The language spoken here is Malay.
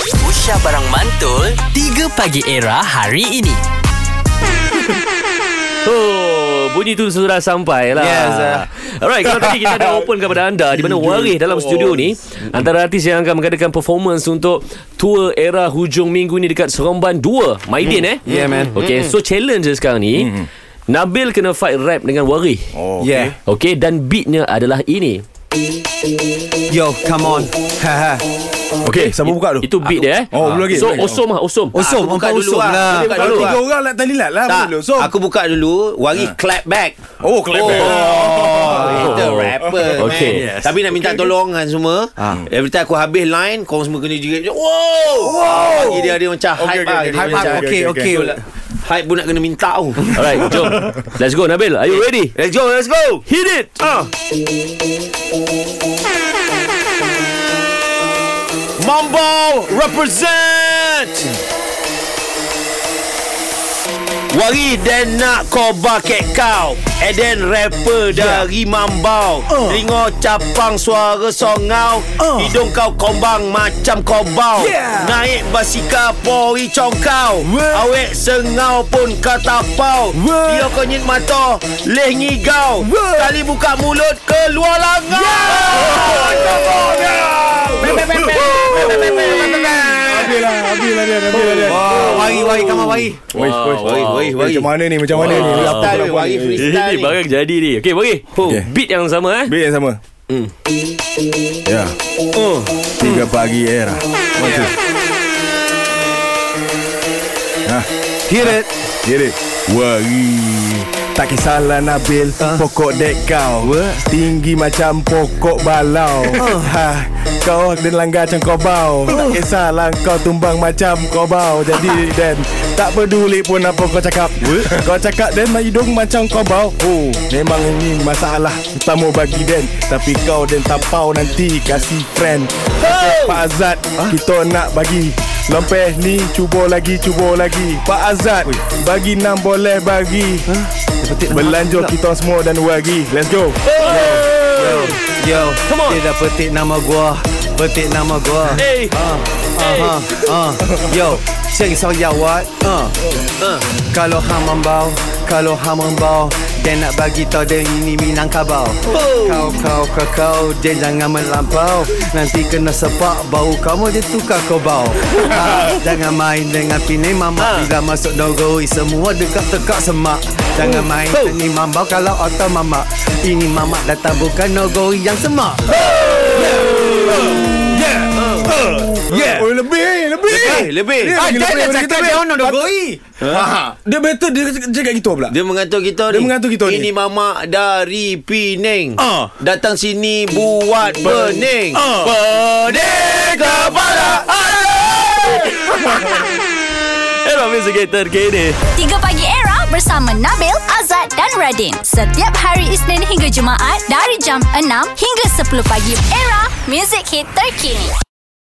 Aisyah Barang Mantul 3 Pagi Era hari ini Oh, bunyi tu sudah sampai lah. Yes, eh. ah. Alright, kalau tadi kita dah open kepada anda di mana Waris dalam studio ni Mm. antara artis yang akan mengadakan performance untuk tour era hujung minggu ni dekat Seremban 2, Maidin Mm. eh. Yeah, man. Okay, so challenge dia sekarang ni Nabil kena fight rap dengan Waris. Oh, yeah. Okay, dan beatnya adalah ini. Yo, come on. Haha. Ah, Okay, siapa buka tu? Itu beat dia eh. Oh, belum lagi, So, belum lagi. osom lah, osom. Osom, aku buka empat dulu osom lah. lah. Dia buka Kalau dulu. tiga orang nak tali lah lah Tak, dulu. So, aku buka dulu Wari clap back Oh, clap back. Oh, Kita Oh. rapper Okay. man. Tapi nak minta tolong kan semua Every time aku habis line Korang semua kena jerit Wow Wow. Bagi dia ada macam Okay, okay, hype lah okay. Dia Hype macam- up, okay, okay. So, like, Hype pun nak kena minta oh. tau Alright, jom. Let's go Nabil. Are you ready? Let's go, let's go. Hit it. Ah. Mambo represent Wari dan nak kau bucket kau And then rapper Ya. dari Mambau Ah. uh. Ringo capang suara songau uh. Hidung kau kombang macam kobau Yeah. Naik basikal pori congkau Ya. Wah. Awek sengau pun kau tapau Wah. Dia konyek mata leh ngigau Wah. Kali buka mulut keluar langau Habislah, habislah lah, dia, habislah dia. Wah, Oh, wari, wari, come on, wari. Wih, wih, Wari, wari, wih. wari. Macam mana ni? Macam mana ni? Apa Freestyle, kelakuan wari ni? freestyle Ini ni. barang jadi ni. Okay, Waris. Oh, Okay. beat yang sama eh. Biar yang sama. Ya. Tiga pagi era. One, two. Hah. Hear it. Get Ha. it? Worry Tak kisahlah Nabil uh. Pokok dek kau What? Tinggi macam pokok balau uh. ha, Kau akan langgar macam kau bau uh. Tak kisahlah kau tumbang macam kau bau Jadi Dan Tak peduli pun apa kau cakap What? Kau cakap Dan hidung macam kau bau oh, Memang ini masalah utama bagi Dan Tapi kau Dan tapau nanti kasih friend Kata Pak Azad Kita nak bagi Lempeh ni cuba lagi, cuba lagi Pak Azad, bagi enam boleh bagi Belanjur kita semua dan wagi Let's go Yo, Come on. dia dah petik nama gua. Petik nama gua. Hey. Uh, uh, yo, 先上要我，uh, uh. Kalau hang membau, kalau hang membau Dan nak bagi tahu dia ini Minangkabau Kau, kau, kau, kau Dan jangan melampau Nanti kena sepak Bau kamu dia tukar kau bau ha, Jangan main dengan pinai mama Bila masuk dogoi Semua dekat-dekat semak Jangan main dengan mambau Kalau otak mama Ini mama datang bukan dogoi yang semak Yeah Oh lebih, lebih Ah, Lebih, lebih. Dia lagi lebih daripada kita, babe. Ha. Dia betul, dia cakap- cakap kita pula Dia mengatur kita Dia ni. mengatur kita ni. Ini mama dari Penang. Ah. Datang sini buat pening. Ah. Pening kepala. Era music terkini. 3 Pagi Era bersama Nabil, Azad dan Radin. Setiap hari Isnin hingga Jumaat dari jam 6 hingga 10 pagi. Era, music hit terkini.